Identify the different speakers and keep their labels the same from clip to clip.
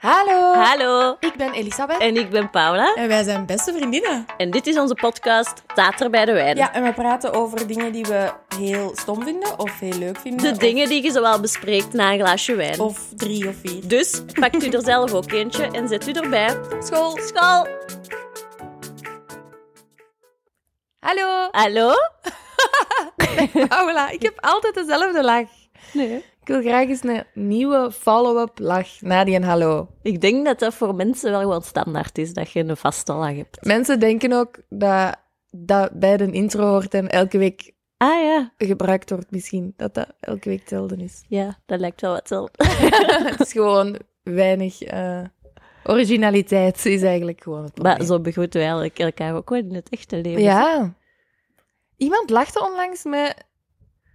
Speaker 1: Hallo,
Speaker 2: Hallo,
Speaker 1: ik ben Elisabeth
Speaker 2: en ik ben Paula.
Speaker 1: en wij zijn beste vriendinnen.
Speaker 2: En dit is onze podcast Tater bij de Wijn.
Speaker 1: Ja, en we praten over dingen die we heel stom vinden of heel leuk vinden.
Speaker 2: De
Speaker 1: of-
Speaker 2: dingen die je zowel bespreekt na een glaasje wijn.
Speaker 1: Of drie of vier.
Speaker 2: Dus pakt u er zelf ook eentje en zet u erbij.
Speaker 1: School.
Speaker 2: School!
Speaker 1: Hallo,
Speaker 2: Hallo?
Speaker 1: Paula. Oh, Ik heb altijd dezelfde lach.
Speaker 2: Nee.
Speaker 1: Ik wil graag eens een nieuwe follow-up lach na die en hallo.
Speaker 2: Ik denk dat dat voor mensen wel gewoon standaard is, dat je een vaste lach hebt.
Speaker 1: Mensen denken ook dat dat bij de intro hoort en elke week
Speaker 2: Ah ja,
Speaker 1: gebruikt wordt misschien. Dat dat elke week hetzelfde is.
Speaker 2: ja, dat lijkt wel wat hetzelfde.
Speaker 1: Het is gewoon weinig eh, originaliteit is eigenlijk gewoon het probleem.
Speaker 2: Maar zo begroeten wij eigenlijk elkaar ook wel in het echte leven.
Speaker 1: Ja. Iemand lachte onlangs met...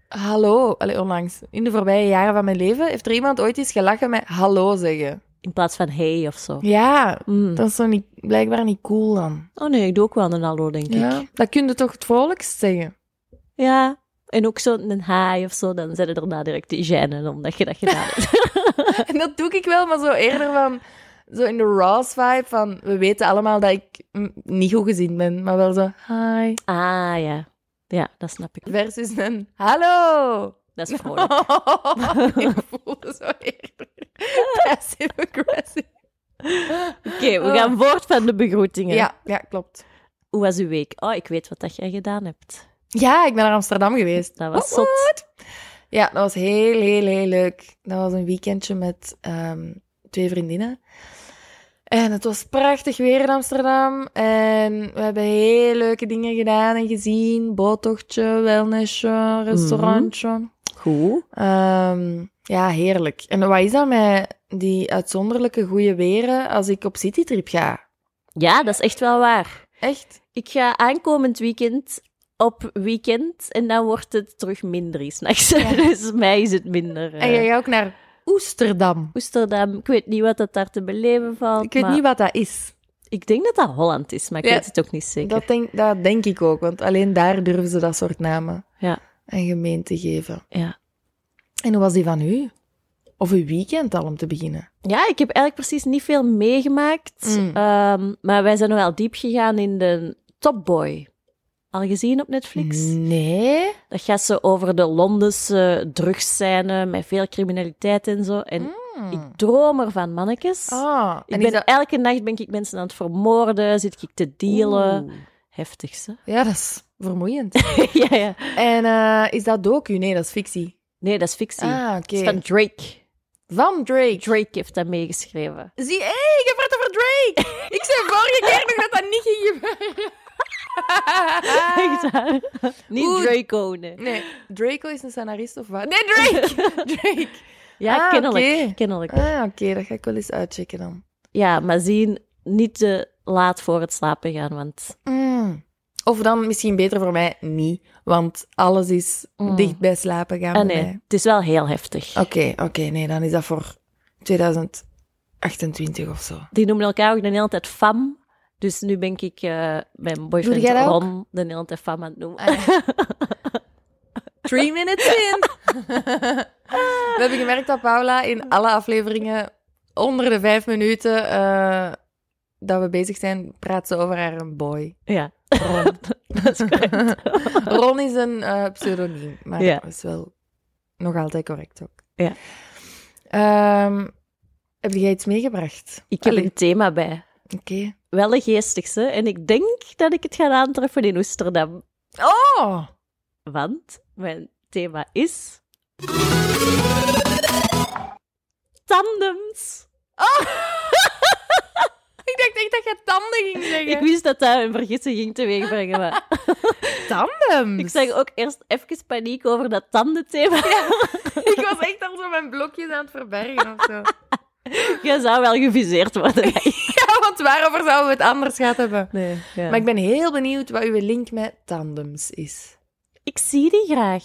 Speaker 1: Hallo. Allee, onlangs. In de voorbije jaren van mijn leven heeft er iemand ooit eens gelachen met hallo zeggen.
Speaker 2: In plaats van hey of zo.
Speaker 1: Ja.
Speaker 2: Mm.
Speaker 1: Dat is zo niet, blijkbaar niet cool dan.
Speaker 2: Oh nee, ik doe ook wel een hallo, denk ik.
Speaker 1: Dat kun je toch het vrolijkst zeggen?
Speaker 2: Ja, en ook zo'n hi of zo, dan zetten daarna direct die gêne omdat je dat gedaan hebt.
Speaker 1: En dat doe ik wel, maar zo eerder van... Zo in de Ross vibe van... We weten allemaal dat ik mm, niet goed gezien ben, maar wel zo... Hi.
Speaker 2: ah ja. Ja, dat snap ik.
Speaker 1: Versus een hallo.
Speaker 2: Dat is vrolijk.
Speaker 1: ik voelde zo eerder passive-aggressive.
Speaker 2: Oké, we gaan voort van de begroetingen.
Speaker 1: Oh. Ja, ja, klopt.
Speaker 2: Hoe was uw week? Oh, ik weet wat dat jij gedaan hebt.
Speaker 1: Ja, ik ben naar Amsterdam geweest.
Speaker 2: Dat was
Speaker 1: Woep,
Speaker 2: zot.
Speaker 1: Ja, dat was heel, heel, heel leuk. Dat was een weekendje met ehm, twee vriendinnen. En het was prachtig weer in Amsterdam. En we hebben heel leuke dingen gedaan en gezien. Boottochtje, wellnessje, restaurantje.
Speaker 2: Goed.
Speaker 1: Ehm, ja, heerlijk. En wat is dat met die uitzonderlijke goede weren als ik op citytrip ga?
Speaker 2: Ja, dat is echt wel waar.
Speaker 1: Echt?
Speaker 2: Ik ga aankomend weekend op weekend en dan wordt het terug minder s'nachts. dus mij is het minder. eh,
Speaker 1: En jij gaat ook naar Oesterdam.
Speaker 2: Oesterdam, ik weet niet wat dat daar te beleven valt.
Speaker 1: Ik weet
Speaker 2: maar
Speaker 1: niet wat dat is.
Speaker 2: ik denk dat dat Holland is, maar ik
Speaker 1: Ja,
Speaker 2: weet het ook niet zeker.
Speaker 1: Dat denk, dat denk ik ook, want alleen daar durven ze dat soort namen
Speaker 2: Ja.
Speaker 1: en gemeenten geven.
Speaker 2: Ja.
Speaker 1: En hoe was die van u? Of uw weekend al om te beginnen?
Speaker 2: Ja, ik heb eigenlijk precies niet veel meegemaakt.
Speaker 1: Mm.
Speaker 2: Ehm, maar wij zijn wel diep gegaan in de Top Boy. Al gezien op Netflix?
Speaker 1: Mm. Nee.
Speaker 2: Dat gaat ze over de Londense drugsscène met veel criminaliteit en zo. En Hmm. ik droom ervan, mannetjes.
Speaker 1: Ah,
Speaker 2: ik
Speaker 1: Mm. en
Speaker 2: ben,
Speaker 1: is dat...
Speaker 2: Elke nacht ben ik mensen aan het vermoorden, zit ik te dealen.
Speaker 1: Oeh.
Speaker 2: Heftig, hè?
Speaker 1: Ja, dat is vermoeiend.
Speaker 2: ja, ja.
Speaker 1: en eh, is dat docu? Nee, dat is fictie.
Speaker 2: Nee, dat is fictie.
Speaker 1: Ah, oké.
Speaker 2: Dat is van Drake.
Speaker 1: Van Drake.
Speaker 2: Drake heeft dat meegeschreven.
Speaker 1: Zie, hé, hey, je hebt het over Drake. Ik zei vorige keer nog dat dat niet ging gebeuren.
Speaker 2: Echt waar? Niet
Speaker 1: Ah. Oeh.
Speaker 2: Draco, nee.
Speaker 1: Nee, Draco is een scenarist of wat? Nee, Drake! Drake.
Speaker 2: Ja,
Speaker 1: Ah,
Speaker 2: kennelijk.
Speaker 1: oké.
Speaker 2: kennelijk.
Speaker 1: Ah, oké, dat ga ik wel eens uitchecken dan.
Speaker 2: Ja, maar zien, niet te laat voor het slapen gaan, want...
Speaker 1: Mm. Of dan misschien beter voor mij niet, want alles is
Speaker 2: Mm.
Speaker 1: dicht bij slapen gaan
Speaker 2: Ah
Speaker 1: bij
Speaker 2: nee,
Speaker 1: mij.
Speaker 2: het is wel heel heftig.
Speaker 1: Oké, oké, nee, dan is dat voor 2028 of zo.
Speaker 2: Die noemen elkaar ook de hele tijd fam. Dus nu ben ik eh,
Speaker 1: Doe
Speaker 2: mijn
Speaker 1: jij
Speaker 2: boyfriend
Speaker 1: dat ook? Ah,
Speaker 2: Ron de hele tijd fam aan het noemen.
Speaker 1: Three minutes in. We hebben gemerkt dat Paula in alle afleveringen onder de vijf minuten eh, dat we bezig zijn, praat ze over haar boy.
Speaker 2: Ja,
Speaker 1: Ron.
Speaker 2: dat is correct.
Speaker 1: Ron is een eh, pseudoniem, maar
Speaker 2: Ja.
Speaker 1: dat is wel nog altijd correct ook.
Speaker 2: Ja.
Speaker 1: Ehm, heb jij iets meegebracht?
Speaker 2: Ik heb
Speaker 1: Allee,
Speaker 2: een thema bij.
Speaker 1: Oké.
Speaker 2: Wel een geestigste. En ik denk dat ik het ga aantreffen in Oesterdam.
Speaker 1: Oh!
Speaker 2: Want mijn thema is... Tandems.
Speaker 1: Ik dacht echt dat je tanden ging
Speaker 2: Ik
Speaker 1: zeggen.
Speaker 2: wist dat dat een vergissing ging teweegbrengen, maar...
Speaker 1: Tandems?
Speaker 2: Ik zag ook eerst even paniek over dat tandenthema.
Speaker 1: Ik was echt al zo mijn blokjes aan het verbergen of zo.
Speaker 2: Jij zou wel geviseerd worden.
Speaker 1: Ja, want waarover zouden we het anders gehad hebben?
Speaker 2: Nee,
Speaker 1: Maar ik ben heel benieuwd wat uw link met tandems is.
Speaker 2: Ik zie die graag.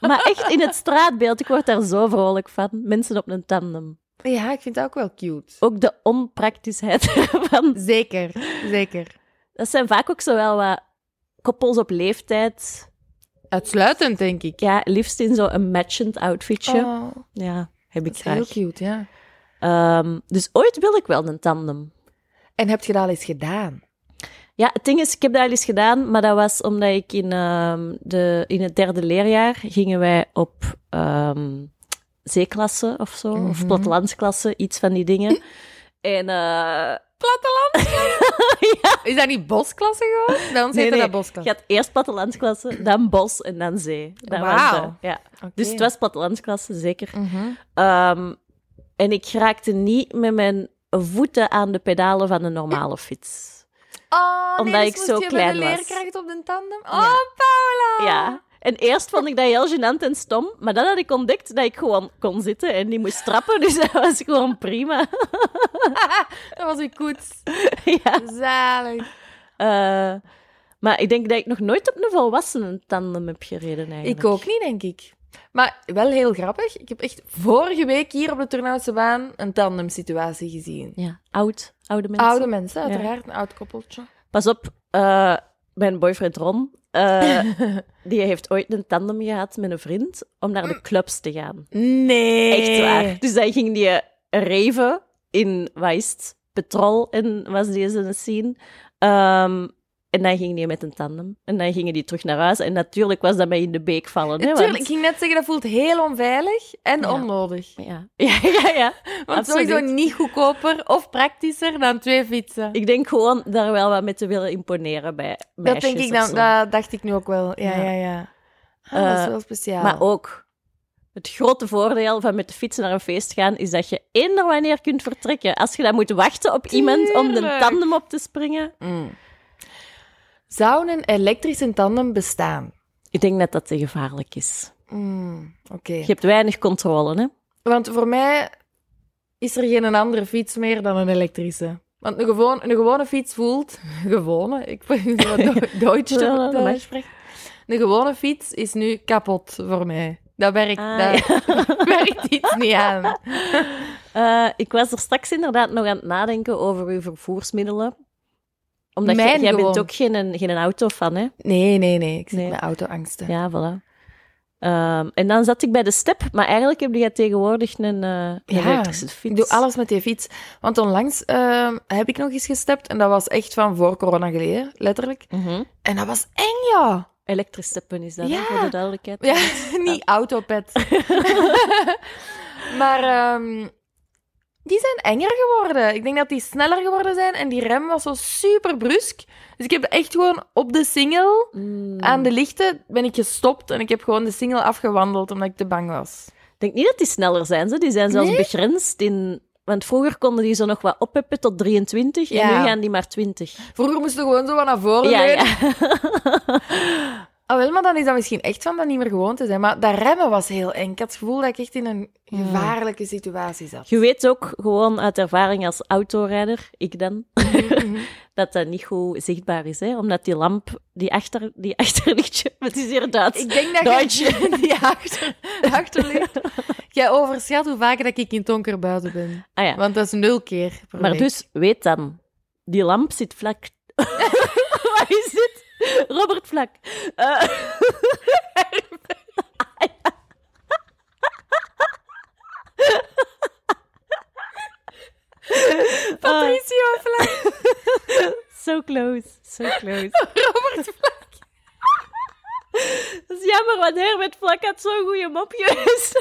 Speaker 2: Maar echt in het straatbeeld, ik word daar zo vrolijk van. Mensen op een tandem.
Speaker 1: Ja, ik vind dat ook wel cute.
Speaker 2: Ook de onpraktischheid ervan.
Speaker 1: Zeker, zeker.
Speaker 2: Dat zijn vaak ook zowel wat koppels op leeftijd.
Speaker 1: Uitsluitend, denk ik.
Speaker 2: Ja, liefst in zo'n matchend outfitje.
Speaker 1: Oh,
Speaker 2: Ja, heb
Speaker 1: dat
Speaker 2: ik
Speaker 1: is heel
Speaker 2: graag.
Speaker 1: cute, ja.
Speaker 2: Ehm, dus ooit wil ik wel een tandem.
Speaker 1: En heb je dat al eens gedaan?
Speaker 2: Ja, het ding is, ik heb dat al eens gedaan, maar dat was omdat ik in, ehm, de, in het derde leerjaar gingen wij op ehm zeeklasse of zo, of
Speaker 1: Mhm.
Speaker 2: plattelandsklasse, iets van die dingen. En eh,
Speaker 1: Is dat niet bosklasse gewoon? Bij ons
Speaker 2: Nee,
Speaker 1: heette
Speaker 2: nee.
Speaker 1: dat
Speaker 2: je
Speaker 1: bosklasse.
Speaker 2: had eerst plattelandsklasse, dan bos en dan zee. Dat was
Speaker 1: Wauw.
Speaker 2: dat, ja.
Speaker 1: Oké.
Speaker 2: Dus het was plattelandsklasse, zeker.
Speaker 1: Mhm.
Speaker 2: Ehm, en ik raakte niet met mijn voeten aan de pedalen van een normale fiets.
Speaker 1: Oh,
Speaker 2: Omdat
Speaker 1: dus
Speaker 2: ik
Speaker 1: moest
Speaker 2: zo
Speaker 1: je met
Speaker 2: klein
Speaker 1: de
Speaker 2: was.
Speaker 1: leerkracht op de tandem? Oh,
Speaker 2: Ja.
Speaker 1: Paula!
Speaker 2: Ja. En eerst vond ik dat heel gênant en stom, maar dan had ik ontdekt dat ik gewoon kon zitten en niet moest trappen, dus dat was gewoon prima.
Speaker 1: Dat was uw koets.
Speaker 2: ja.
Speaker 1: Zalig.
Speaker 2: Eh, maar ik denk dat ik nog nooit op een volwassenen tandem heb gereden eigenlijk.
Speaker 1: Ik ook niet, denk ik. Maar wel heel grappig. Ik heb echt vorige week hier op de Turnhoutse baan een tandemsituatie gezien.
Speaker 2: Ja, oud, oude mensen.
Speaker 1: Oude mensen, uiteraard. Een oud koppeltje.
Speaker 2: Pas op, eh, mijn boyfriend Ron, eh, die heeft ooit een tandem gehad met een vriend om naar
Speaker 1: Mm.
Speaker 2: de clubs te gaan.
Speaker 1: Nee.
Speaker 2: Echt waar. Dus dan ging die reven in, wat is het? Petrol en was deze scene. Ehm, en dan ging die met een tandem. En dan gingen die terug naar huis. En natuurlijk was dat mij in de beek vallen. Hè, want-
Speaker 1: Tuurlijk, ik ging net zeggen, dat voelt heel onveilig en
Speaker 2: Ja.
Speaker 1: onnodig.
Speaker 2: Ja. ja, ja, ja.
Speaker 1: Want
Speaker 2: Absoluut.
Speaker 1: sowieso niet goedkoper of praktischer dan twee fietsen.
Speaker 2: Ik denk gewoon daar wel wat mee te willen imponeren bij
Speaker 1: dat
Speaker 2: meisjes
Speaker 1: denk ik
Speaker 2: of
Speaker 1: dan,
Speaker 2: zo.
Speaker 1: dat dacht ik nu ook wel. Ja,
Speaker 2: Ja.
Speaker 1: ja, ja. Ah, dat is
Speaker 2: Eh,
Speaker 1: wel speciaal.
Speaker 2: Maar ook... Het grote voordeel van met de fiets naar een feest gaan is dat je eender wanneer kunt vertrekken. Als je dan moet wachten op iemand om de
Speaker 1: Tuurlijk.
Speaker 2: tandem op te springen.
Speaker 1: Mm. Zou een elektrische tandem bestaan?
Speaker 2: Ik denk dat dat te gevaarlijk is.
Speaker 1: Mm, Oké.
Speaker 2: Je hebt weinig controle, hè?
Speaker 1: Want voor mij is er geen andere fiets meer dan een elektrische. Want een, gewoon, een gewone fiets voelt... Gewone? Ik vind het wel do- Duits
Speaker 2: Ja,
Speaker 1: dat
Speaker 2: dat
Speaker 1: dat
Speaker 2: mag.
Speaker 1: spreekt. Een gewone fiets is nu kapot voor mij. Dat werkt,
Speaker 2: Ah,
Speaker 1: dat werkt iets niet aan.
Speaker 2: Eh, ik was er straks inderdaad nog aan het nadenken over uw vervoersmiddelen. Omdat jij,
Speaker 1: Mijn
Speaker 2: jij bent
Speaker 1: gewoon.
Speaker 2: ook geen, geen autofan, hè?
Speaker 1: Nee, nee, nee. Ik zit
Speaker 2: Nee.
Speaker 1: met autoangsten.
Speaker 2: Ja, voilà. Ehm, en dan zat ik bij de step, maar eigenlijk heb je tegenwoordig een, eh, een
Speaker 1: Ja,
Speaker 2: elektrische fiets.
Speaker 1: Ik doe alles met die fiets. Want onlangs ehm, heb ik nog eens gestapt en dat was echt van voor corona geleden, letterlijk.
Speaker 2: Mhm.
Speaker 1: En dat was eng, ja.
Speaker 2: Elektrisch steppen is dat, hè,
Speaker 1: Ja.
Speaker 2: voor de duidelijkheid.
Speaker 1: Ja, niet autopet. maar ehm, die zijn enger geworden. Ik denk dat die sneller geworden zijn en die rem was zo super brusk. Dus ik heb echt gewoon op de single
Speaker 2: Mm.
Speaker 1: aan de lichten ben ik gestopt en ik heb gewoon de single afgewandeld omdat ik te bang was.
Speaker 2: Ik denk niet dat die sneller zijn, ze. die zijn zelfs
Speaker 1: Nee?
Speaker 2: begrensd in... Want vroeger konden die zo nog wat opheppen tot 23, en
Speaker 1: Ja.
Speaker 2: nu gaan die maar 20.
Speaker 1: Vroeger moesten we gewoon zo wat naar voren
Speaker 2: Ja,
Speaker 1: leunen.
Speaker 2: ja.
Speaker 1: Ah, wel, maar dan is dat misschien echt van dat niet meer gewoon te zijn. Maar dat remmen was heel eng. Ik had het gevoel dat ik echt in een
Speaker 2: Mm.
Speaker 1: gevaarlijke situatie zat.
Speaker 2: Je weet ook gewoon uit ervaring als autorijder, ik dan, dat dat niet goed zichtbaar is. Hè? Omdat die lamp, die, achter, die achterlichtje, het is hier Duits.
Speaker 1: ik denk dat
Speaker 2: Duitje.
Speaker 1: je die achter, achterlicht... Jij overschat hoe vaak dat ik in het donker buiten ben.
Speaker 2: Ah ja,
Speaker 1: Want dat is nul keer per
Speaker 2: maar
Speaker 1: week.
Speaker 2: dus weet dan, die lamp zit vlak. Wat is dit? Robert Vlak. Eh,
Speaker 1: Patricio Vlak,
Speaker 2: Ah, so close, so close.
Speaker 1: Robert Vlak.
Speaker 2: Dat is jammer, want Herbert Vlak had zo'n goede mopjes.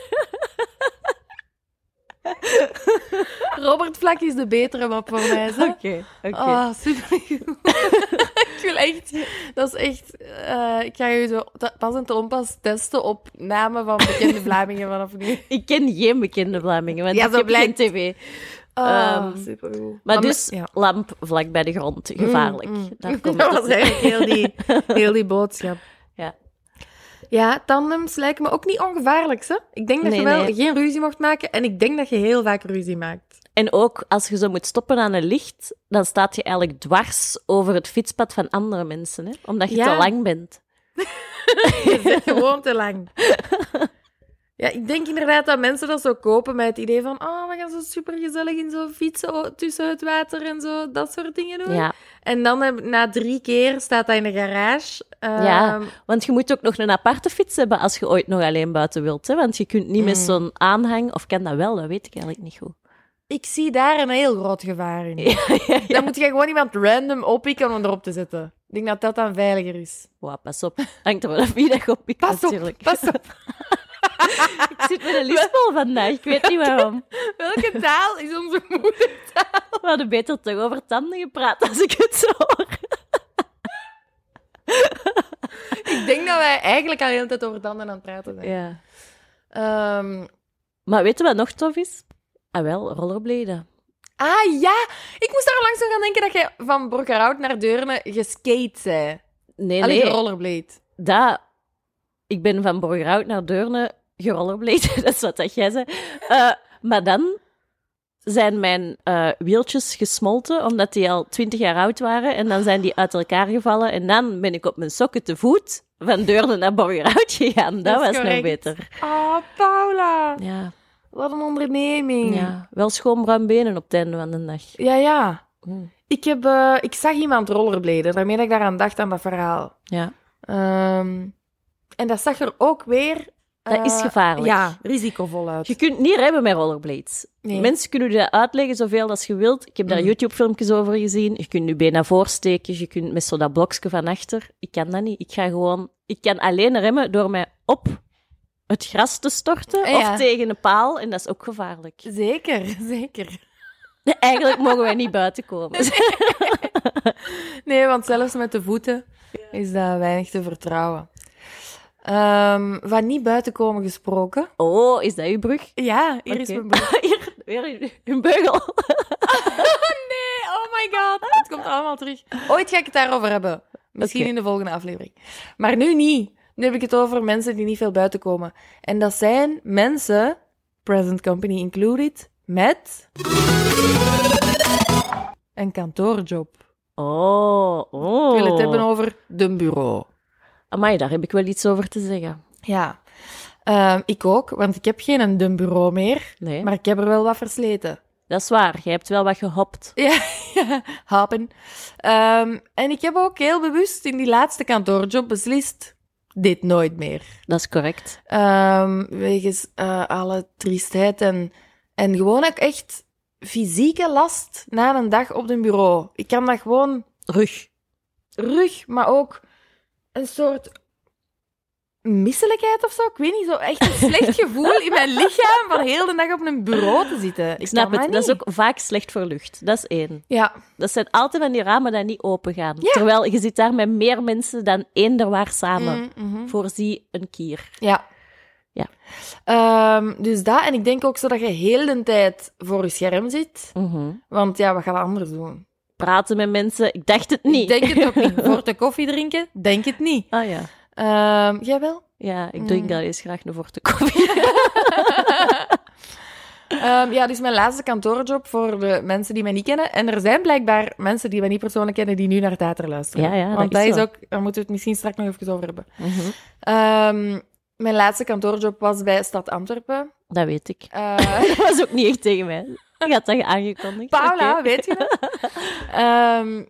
Speaker 1: Robert Vlak is de betere mop voor mij, zeg.
Speaker 2: oké.
Speaker 1: Ah, supergoed. ik wil echt... Dat is echt... eh, ik ga je zo te- pas en te onpas testen op namen van bekende Vlamingen vanaf nu.
Speaker 2: Ik ken geen bekende Vlamingen, want
Speaker 1: Ja,
Speaker 2: ik
Speaker 1: zo
Speaker 2: heb
Speaker 1: blijkt.
Speaker 2: geen tv.
Speaker 1: Ah,
Speaker 2: Ehm,
Speaker 1: supergoed.
Speaker 2: Maar, dus,
Speaker 1: me- ja.
Speaker 2: lamp vlak bij de grond, gevaarlijk.
Speaker 1: Mm, mm.
Speaker 2: Daar
Speaker 1: Dat
Speaker 2: komt het.
Speaker 1: was eigenlijk heel die, heel die boodschap.
Speaker 2: Ja.
Speaker 1: Ja, tandems lijken me ook niet ongevaarlijk, hè? Ik denk dat
Speaker 2: Nee,
Speaker 1: je wel
Speaker 2: nee.
Speaker 1: geen ruzie mocht maken en ik denk dat je heel vaak ruzie maakt.
Speaker 2: En ook als je zo moet stoppen aan een licht, dan staat je eigenlijk dwars over het fietspad van andere mensen, hè? omdat je
Speaker 1: Ja.
Speaker 2: te lang bent.
Speaker 1: Je zit gewoon te lang. Ja, ik denk inderdaad dat mensen dat zo kopen met het idee van oh, we gaan zo supergezellig in zo'n fietsen o- tussen het water en zo, dat soort dingen doen.
Speaker 2: Ja.
Speaker 1: En dan heb- na drie keer staat dat in de garage.
Speaker 2: Ja.
Speaker 1: Ehm,
Speaker 2: Want je moet ook nog een aparte fiets hebben als
Speaker 1: Mm.
Speaker 2: je ooit nog alleen buiten wilt. Hè? Want je kunt niet met zo'n aanhang, of kan dat wel, dat weet ik eigenlijk niet goed.
Speaker 1: Ik zie daar een heel groot gevaar in.
Speaker 2: ja, ja.
Speaker 1: Dan moet je gewoon iemand random oppikken om erop te zetten. Ik denk dat dat dan veiliger is.
Speaker 2: Wow, pas op. Hangt er wel af wie dat je oppikt,
Speaker 1: Pas op,
Speaker 2: natuurlijk.
Speaker 1: pas op.
Speaker 2: Ik zit met een lispel vandaag, ik weet niet waarom.
Speaker 1: Welke taal is onze moeder?
Speaker 2: We hadden beter toch over tanden gepraat als ik het zo hoor.
Speaker 1: Ik denk dat wij eigenlijk al de hele tijd over tanden aan het praten zijn.
Speaker 2: Ja.
Speaker 1: Ehm,
Speaker 2: Maar weet je wat nog tof is? Ah wel, rollerbladen.
Speaker 1: ah ja, ik moest daar langs gaan denken dat jij van Borgerhout naar Deurne geskate zei.
Speaker 2: Nee,
Speaker 1: Allee,
Speaker 2: nee.
Speaker 1: gerollerblade.
Speaker 2: dat... Ik ben van Borgerhout naar Deurne gerollerbladen, dat is wat dat jij zei. Eh, maar dan zijn mijn eh, wieltjes gesmolten, omdat die al twintig jaar oud waren. En dan zijn die uit elkaar gevallen. En dan ben ik op mijn sokken te voet van Deurne naar Borgerhout gegaan. Dat,
Speaker 1: Dat is
Speaker 2: was nog
Speaker 1: correct.
Speaker 2: beter.
Speaker 1: Ah, Paula.
Speaker 2: Ja,
Speaker 1: Wat een onderneming.
Speaker 2: ja, wel schoon bruin benen op het einde van de dag.
Speaker 1: ja. ja.
Speaker 2: Mm,
Speaker 1: Ik, heb, eh, ik zag iemand rollerbladen, daarmee dat ik daaraan dacht aan dat verhaal.
Speaker 2: Ja,
Speaker 1: Ehm, en dat zag er ook weer...
Speaker 2: dat
Speaker 1: eh,
Speaker 2: is gevaarlijk.
Speaker 1: Ja, risicovol uit.
Speaker 2: Je kunt niet remmen met rollerblades.
Speaker 1: Nee.
Speaker 2: Mensen kunnen je dat uitleggen zoveel als je wilt. Ik heb daar
Speaker 1: Mhm.
Speaker 2: YouTube-filmpjes over gezien. Je kunt je benen voorsteken. Je kunt met zo dat blokje van achter. Ik kan dat niet. Ik ga gewoon... Ik kan alleen remmen door mij op het gras te storten
Speaker 1: Ah, ja.
Speaker 2: of tegen een paal. En dat is ook gevaarlijk.
Speaker 1: Zeker, zeker.
Speaker 2: Eigenlijk mogen wij niet buiten komen.
Speaker 1: Nee, want zelfs met de voeten is dat weinig te vertrouwen. Ehm, van niet buiten komen gesproken.
Speaker 2: Oh, is dat uw brug?
Speaker 1: Ja, hier is
Speaker 2: Oké.
Speaker 1: mijn broer.
Speaker 2: Hier, weer een beugel.
Speaker 1: Nee, oh my god. Het komt allemaal terug. Ooit ga ik het daarover hebben. Misschien
Speaker 2: Oké.
Speaker 1: in de volgende aflevering. Maar nu niet. Nu heb ik het over mensen die niet veel buiten komen. En dat zijn mensen, present company included, met... Een kantoorjob.
Speaker 2: Oh, oh.
Speaker 1: Ik wil het hebben over de bureau.
Speaker 2: Amai, daar heb ik wel iets over te zeggen.
Speaker 1: Ja, Ehm, ik ook, want ik heb geen dun bureau meer,
Speaker 2: Nee,
Speaker 1: maar ik heb er wel wat versleten.
Speaker 2: dat is waar. Jij hebt wel wat gehopt.
Speaker 1: Ja, hapen. Ehm, en ik heb ook heel bewust in die laatste kantoorjob beslist, dit nooit meer.
Speaker 2: Dat is correct.
Speaker 1: Ehm, wegens eh, alle triestheid en, en gewoon ook echt fysieke last na een dag op een bureau. Ik kan dat gewoon
Speaker 2: Rug.
Speaker 1: rug, maar ook een soort misselijkheid of zo. Ik weet niet, zo echt een slecht gevoel in mijn lichaam van heel de dag op een bureau te zitten. Ik
Speaker 2: Ik snap
Speaker 1: kan
Speaker 2: het. Dat is
Speaker 1: niet.
Speaker 2: ook vaak slecht voor lucht. Dat is één.
Speaker 1: Ja,
Speaker 2: Dat zijn altijd van die ramen die niet open gaan. Terwijl je zit daar met meer mensen dan één waar samen.
Speaker 1: mm, mhm.
Speaker 2: Voorzie een kier.
Speaker 1: ja.
Speaker 2: Ja.
Speaker 1: Ehm, dus dat, en ik denk ook zo dat je heel de tijd voor je scherm zit. Want ja, wat ga je anders doen?
Speaker 2: Praten met mensen. Ik dacht het niet.
Speaker 1: Ik denk het ook niet. Voor de koffie drinken? Denk het niet.
Speaker 2: Ah ja.
Speaker 1: Ehm, jij wel?
Speaker 2: Ja, ik
Speaker 1: Mm.
Speaker 2: drink daar eens graag een vorte koffie.
Speaker 1: Ehm, ja, dus mijn laatste kantoorjob voor de mensen die mij niet kennen. En er zijn blijkbaar mensen die mij niet persoonlijk kennen die nu naar Tater luisteren.
Speaker 2: Ja, ja, dat
Speaker 1: Want
Speaker 2: is
Speaker 1: dat is
Speaker 2: zo.
Speaker 1: ook, daar moeten we het misschien straks nog even over hebben. Ehm, mijn laatste kantoorjob was bij Stad Antwerpen.
Speaker 2: Dat weet ik.
Speaker 1: Eh,
Speaker 2: Dat was ook niet echt tegen mij. Ik had dat aangekondigd.
Speaker 1: Paula,
Speaker 2: Oké.
Speaker 1: weet je dat? Ehm,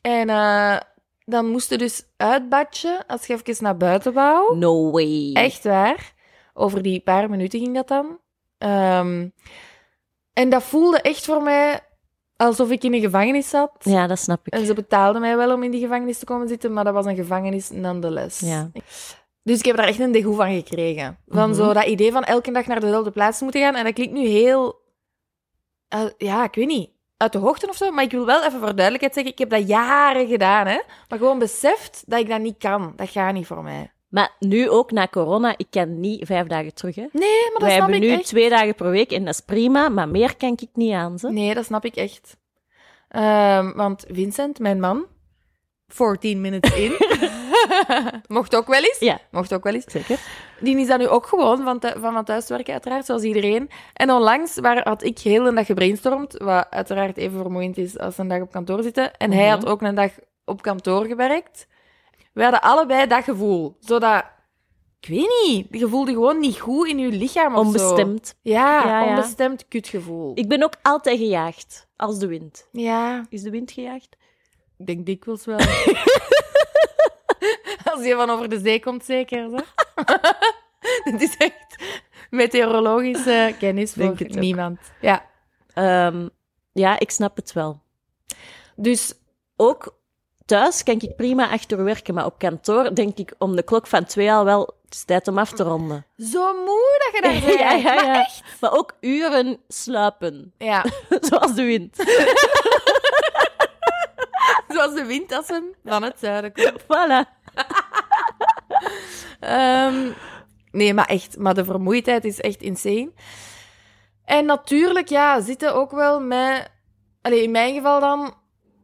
Speaker 1: en eh, dan moest je dus uitbadje als je even naar buiten wou.
Speaker 2: No way.
Speaker 1: Echt waar. Over die paar minuten ging dat dan. Ehm, en dat voelde echt voor mij alsof ik in een gevangenis zat.
Speaker 2: Ja, dat snap ik.
Speaker 1: En ze betaalden mij wel om in die gevangenis te komen zitten, maar dat was een gevangenis nonetheless.
Speaker 2: Ja.
Speaker 1: Dus ik heb daar echt een degoe van gekregen. Van
Speaker 2: Mhm.
Speaker 1: zo dat idee van elke dag naar dezelfde plaats moeten gaan. En dat klinkt nu heel... eh, ja, ik weet niet. Uit de hoogte of zo. Maar ik wil wel even voor duidelijkheid zeggen, ik heb dat jaren gedaan, hè. Maar gewoon beseft dat ik dat niet kan. Dat gaat niet voor mij.
Speaker 2: Maar nu ook na corona, ik kan niet vijf dagen terug. Hè.
Speaker 1: Nee, maar Oh, dat
Speaker 2: Wij
Speaker 1: snap
Speaker 2: hebben
Speaker 1: ik
Speaker 2: nu
Speaker 1: echt.
Speaker 2: twee dagen per week en dat is prima, maar meer kan ik niet aan. Ze.
Speaker 1: Nee, dat snap ik echt. Ehm, want Vincent, mijn man, 14 minutes in, mocht ook wel eens.
Speaker 2: Ja.
Speaker 1: Mocht ook wel eens.
Speaker 2: Zeker.
Speaker 1: Die is dat nu ook gewoon van, thu- van, van thuiswerken, uiteraard, zoals iedereen. En onlangs waar, had ik heel een dag gebrainstormd, wat uiteraard even vermoeiend is als een dag op kantoor zitten. En hij
Speaker 2: Mhm.
Speaker 1: had ook een dag op kantoor gewerkt. We hadden allebei dat gevoel. Zodat, ik weet niet, je voelde gewoon niet goed in je lichaam of zo.
Speaker 2: Onbestemd.
Speaker 1: Ja,
Speaker 2: Ja, ja.
Speaker 1: onbestemd kutgevoel.
Speaker 2: Ik ben ook altijd gejaagd. Als de wind.
Speaker 1: Ja,
Speaker 2: Is de wind gejaagd?
Speaker 1: Ik denk dikwijls wel. Als je van over de zee komt, zeker. Zo. Dit is echt meteorologische kennis
Speaker 2: Denk
Speaker 1: voor
Speaker 2: het ook.
Speaker 1: niemand. Ja.
Speaker 2: Ehm, ja, ik snap het wel.
Speaker 1: Dus
Speaker 2: Ook thuis kan ik prima achter werken, maar op kantoor denk ik om de klok van twee al wel, het is tijd om af te ronden.
Speaker 1: zo moe dat je daar bent.
Speaker 2: Ja, ja, ja.
Speaker 1: Maar echt.
Speaker 2: Maar ook uren sluipen,
Speaker 1: Ja,
Speaker 2: zoals de wind.
Speaker 1: zoals de windassen van het zuiden komt.
Speaker 2: Voilà.
Speaker 1: Ehm, nee, maar echt. Maar de vermoeidheid is echt insane. En natuurlijk, ja, zitten ook wel met... Allee, in mijn geval dan,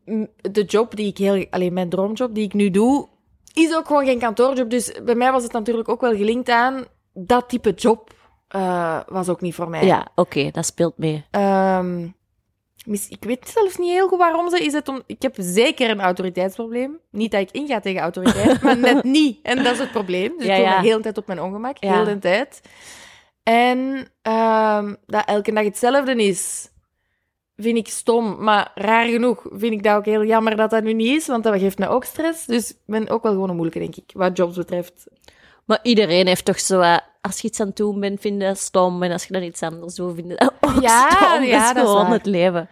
Speaker 1: m- de job die ik heel... Allee, mijn droomjob die ik nu doe, is ook gewoon geen kantoorjob. Dus bij mij was het natuurlijk ook wel gelinkt aan... Dat type job eh, was ook niet voor mij.
Speaker 2: Ja, oké, dat speelt mee.
Speaker 1: Ehm, mis- ik weet zelfs niet heel goed waarom ze is. Het om, ik heb zeker een autoriteitsprobleem. Niet dat ik inga tegen autoriteit, maar net niet. En dat is het probleem. Dus
Speaker 2: Ja,
Speaker 1: ik voel
Speaker 2: ja.
Speaker 1: me heel de tijd op mijn ongemak.
Speaker 2: Ja.
Speaker 1: Heel de tijd. En ehm, dat elke dag hetzelfde is, vind ik stom. Maar raar genoeg vind ik dat ook heel jammer dat dat nu niet is, want dat geeft me ook stress. Dus ik ben ook wel gewoon een moeilijke, denk ik, wat jobs betreft.
Speaker 2: Maar iedereen heeft toch zo, wat, als je iets aan het doen bent, vind je dat stom. En als je dan iets anders doet, vind je dat ook
Speaker 1: Ja,
Speaker 2: stom.
Speaker 1: ja,
Speaker 2: dat
Speaker 1: dat
Speaker 2: is
Speaker 1: is
Speaker 2: gewoon
Speaker 1: waar.
Speaker 2: het leven.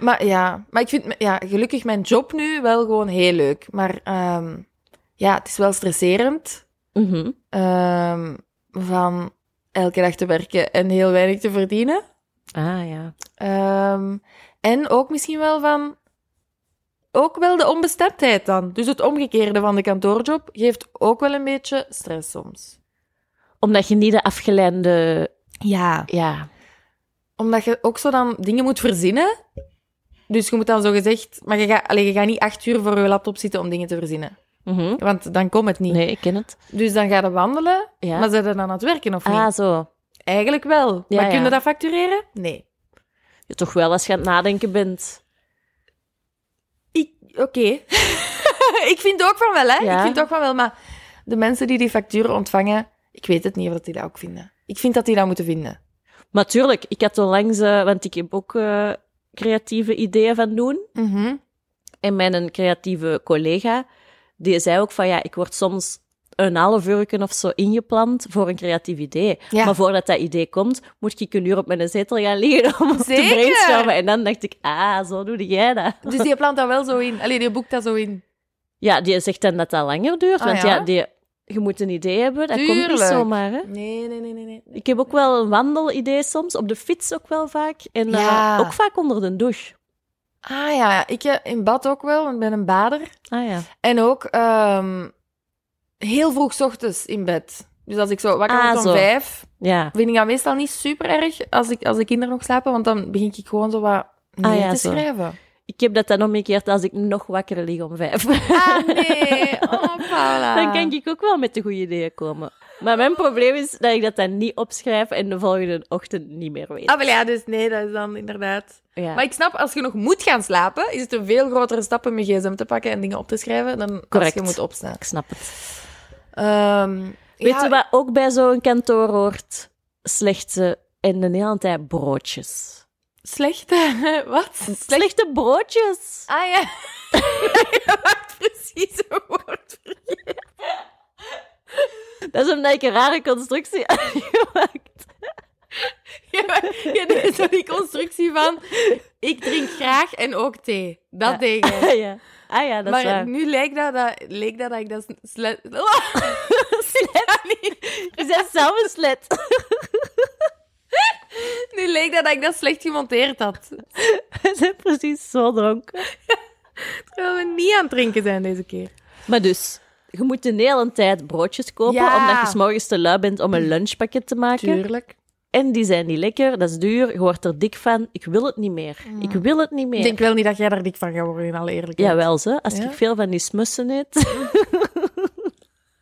Speaker 1: Maar ja, maar ik vind m- ja, gelukkig mijn job nu wel gewoon heel leuk. Maar ehm, ja, het is wel stresserend
Speaker 2: Mhm.
Speaker 1: ehm, van elke dag te werken en heel weinig te verdienen.
Speaker 2: Ah, ja.
Speaker 1: Ehm, en ook misschien wel van ook wel de onbestemdheid dan. Dus het omgekeerde van de kantoorjob geeft ook wel een beetje stress soms.
Speaker 2: Omdat je niet de afgeleide...
Speaker 1: Ja.
Speaker 2: Ja.
Speaker 1: Omdat je ook zo dan dingen moet verzinnen. Dus je moet dan zo gezegd, maar je gaat, allee, je gaat niet acht uur voor je laptop zitten om dingen te verzinnen.
Speaker 2: Mhm.
Speaker 1: Want dan komt het niet.
Speaker 2: Nee, ik ken het.
Speaker 1: Dus dan ga je wandelen,
Speaker 2: Ja.
Speaker 1: maar zijn er dan aan het werken of niet?
Speaker 2: ah, zo.
Speaker 1: Eigenlijk wel.
Speaker 2: Ja,
Speaker 1: maar kun
Speaker 2: ja.
Speaker 1: je dat factureren? Nee.
Speaker 2: Ja, toch wel als je aan het nadenken bent.
Speaker 1: Ik- Oké. ik vind ook van wel, hè.
Speaker 2: Ja.
Speaker 1: Ik vind ook van wel, maar de mensen die die facturen ontvangen, ik weet het niet of dat die dat ook vinden. Ik vind dat die dat moeten vinden.
Speaker 2: Maar tuurlijk, ik had onlangs... eh, want ik heb ook eh, creatieve ideeën van doen.
Speaker 1: Mhm.
Speaker 2: En mijn creatieve collega, die zei ook van... Ja, ik word soms een half uur of zo ingepland voor een creatief idee.
Speaker 1: Ja.
Speaker 2: Maar voordat dat idee komt, moet ik een uur op mijn zetel gaan liggen om op te
Speaker 1: Zeker.
Speaker 2: brainstormen. En dan dacht ik, ah, zo doe jij dat.
Speaker 1: Dus die plant dat wel zo in. Allee, die boekt dat zo in.
Speaker 2: Ja, die zegt dan dat dat langer duurt.
Speaker 1: Ah,
Speaker 2: want ja,
Speaker 1: ja?
Speaker 2: die, je moet een idee hebben. Dat komt niet
Speaker 1: Tuurlijk.
Speaker 2: zomaar, hè.
Speaker 1: Nee, nee, nee, nee. nee.
Speaker 2: Ik heb ook wel een wandelidee soms, op de fiets ook wel vaak. En eh,
Speaker 1: Ja.
Speaker 2: ook vaak onder de douche.
Speaker 1: Ah ja, ik eh, in bad ook wel, want ik ben een bader.
Speaker 2: Ah ja.
Speaker 1: En ook ehm, heel vroeg 's ochtends in bed. Dus als ik zo wakker
Speaker 2: Ah,
Speaker 1: word om
Speaker 2: zo.
Speaker 1: vijf,
Speaker 2: Ja.
Speaker 1: vind ik dat meestal niet super erg als, ik, als de kinderen nog slapen, want dan begin ik gewoon zo wat neer
Speaker 2: Ah, ja,
Speaker 1: te
Speaker 2: zo.
Speaker 1: schrijven.
Speaker 2: Ik heb dat dan omgekeerd als ik nog wakker lig om vijf.
Speaker 1: Ah nee, oh Paula.
Speaker 2: Dan kan ik ook wel met de goede ideeën komen. Maar mijn probleem is dat ik dat dan niet opschrijf en de volgende ochtend niet meer weet.
Speaker 1: Ah, wel ja, dus nee, dat is dan inderdaad.
Speaker 2: Ja.
Speaker 1: Maar ik snap, als je nog moet gaan slapen, is het een veel grotere stap om je gsm te pakken en dingen op te schrijven dan
Speaker 2: Correct.
Speaker 1: als je moet opstaan.
Speaker 2: Ik snap het.
Speaker 1: Ehm,
Speaker 2: Weet
Speaker 1: ja,
Speaker 2: je wat ook bij zo'n kantoor hoort? Slechte en een hele tijd broodjes.
Speaker 1: Slechte, wat?
Speaker 2: Slechte broodjes.
Speaker 1: Ah ja. je maakt precies een woord.
Speaker 2: Dat is omdat ik een rare constructie heb gemaakt.
Speaker 1: Je maakt- je deed zo die constructie van, ik drink graag en ook thee. Dat
Speaker 2: Ja.
Speaker 1: deed je.
Speaker 2: Ah ja, ah, ja dat is
Speaker 1: Maar
Speaker 2: waar.
Speaker 1: nu leek dat, dat, leek dat, dat ik dat slet...
Speaker 2: Je bent zelf een slet.
Speaker 1: nu leek dat, dat ik dat slecht gemonteerd had.
Speaker 2: We zijn precies zo dronken.
Speaker 1: Terwijl we niet aan het drinken zijn deze keer.
Speaker 2: Maar dus, je moet een hele tijd broodjes kopen,
Speaker 1: Ja.
Speaker 2: omdat je 's morgens te lui bent om een lunchpakket te maken.
Speaker 1: Tuurlijk.
Speaker 2: En die zijn niet lekker, dat is duur, je wordt er dik van. Ik wil het niet meer. Ik wil het niet meer.
Speaker 1: Ik denk wel niet dat jij daar dik van gaat worden, in alle eerlijkheid.
Speaker 2: Jawel, ze. Als
Speaker 1: Ja?
Speaker 2: ik veel van die smussen eet.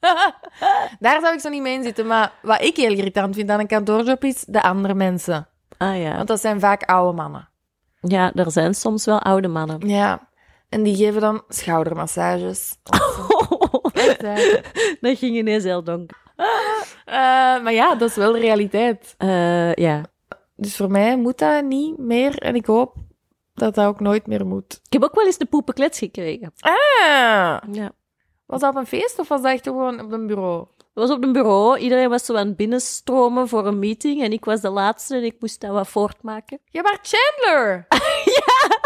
Speaker 1: Daar zou ik zo niet mee in zitten. Maar wat ik heel irritant vind aan een kantoorjob is de andere mensen.
Speaker 2: Ah ja.
Speaker 1: Want dat zijn vaak oude mannen.
Speaker 2: Ja, er zijn soms wel oude mannen.
Speaker 1: Ja. En die geven dan schoudermassages.
Speaker 2: dat ging ineens heel donker.
Speaker 1: Eh, maar ja, dat is wel de realiteit.
Speaker 2: Eh, ja.
Speaker 1: Dus voor mij moet dat niet meer. En ik hoop dat dat ook nooit meer moet.
Speaker 2: Ik heb ook wel eens de poepenklets gekregen.
Speaker 1: Ah,
Speaker 2: Ja.
Speaker 1: was dat op een feest of was dat echt gewoon op een bureau?
Speaker 2: Dat was op een bureau. Iedereen was zo aan het binnenstromen voor een meeting. En ik was de laatste en ik moest dat wat voortmaken.
Speaker 1: Ja, maar Chandler! ja!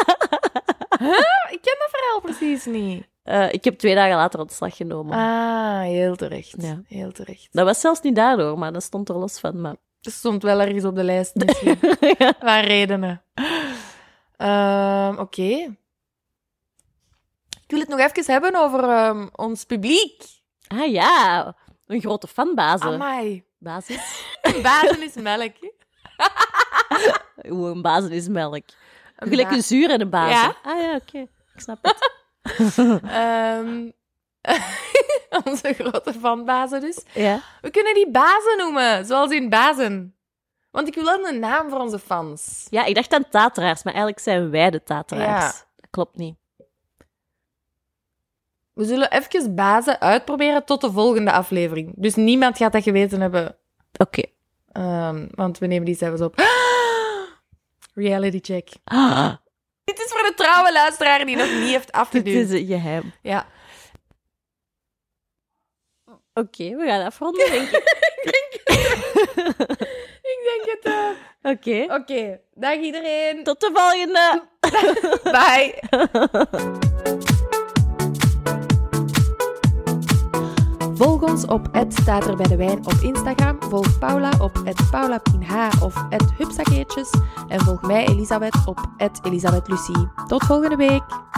Speaker 1: Huh? Ik ken dat verhaal precies niet.
Speaker 2: Eh, ik heb twee dagen later ontslag genomen.
Speaker 1: Ah, heel terecht.
Speaker 2: Ja.
Speaker 1: Heel terecht.
Speaker 2: Dat was zelfs niet daardoor, maar dat stond er los van. Maar...
Speaker 1: Dat stond wel ergens op de lijst misschien.
Speaker 2: Ja.
Speaker 1: Waar redenen? Ehm, Oké. Ik wil het nog even hebben over ehm, ons publiek.
Speaker 2: Ah ja, een grote fanbasis.
Speaker 1: Amai.
Speaker 2: Basis?
Speaker 1: Een bazen is melk. hè?
Speaker 2: Oeh, een basis is melk.
Speaker 1: Een
Speaker 2: Gelijk
Speaker 1: ba-
Speaker 2: een zuur en een basis.
Speaker 1: Ja.
Speaker 2: Ah ja, oké. Ik snap het.
Speaker 1: Ehm, onze grote fanbazen dus.
Speaker 2: Ja.
Speaker 1: We kunnen die bazen noemen, zoals in bazen. Want ik wil wel een naam voor onze fans.
Speaker 2: ja, ik dacht aan tateraars, maar eigenlijk zijn wij de tateraars. Dat klopt niet.
Speaker 1: We zullen even bazen uitproberen tot de volgende aflevering. Dus niemand gaat dat geweten hebben,
Speaker 2: Oké.
Speaker 1: ehm, want we nemen die zelfs op. Reality check.
Speaker 2: Ah,
Speaker 1: Dit is voor de trouwe luisteraar die nog niet heeft
Speaker 2: dit is
Speaker 1: afgeduwd.
Speaker 2: een geheim.
Speaker 1: Ja.
Speaker 2: Oké, we gaan afronden, denk ik.
Speaker 1: Ik denk het. eh.
Speaker 2: Oké.
Speaker 1: Oké, dag iedereen.
Speaker 2: Tot de volgende.
Speaker 1: Bye. Volg ons op het staat er bij de wijn op Instagram. Volg Paula op het paulapinh of het hupsakeertjes. En volg mij Elisabeth op het Elisabeth Lucie. Tot volgende week.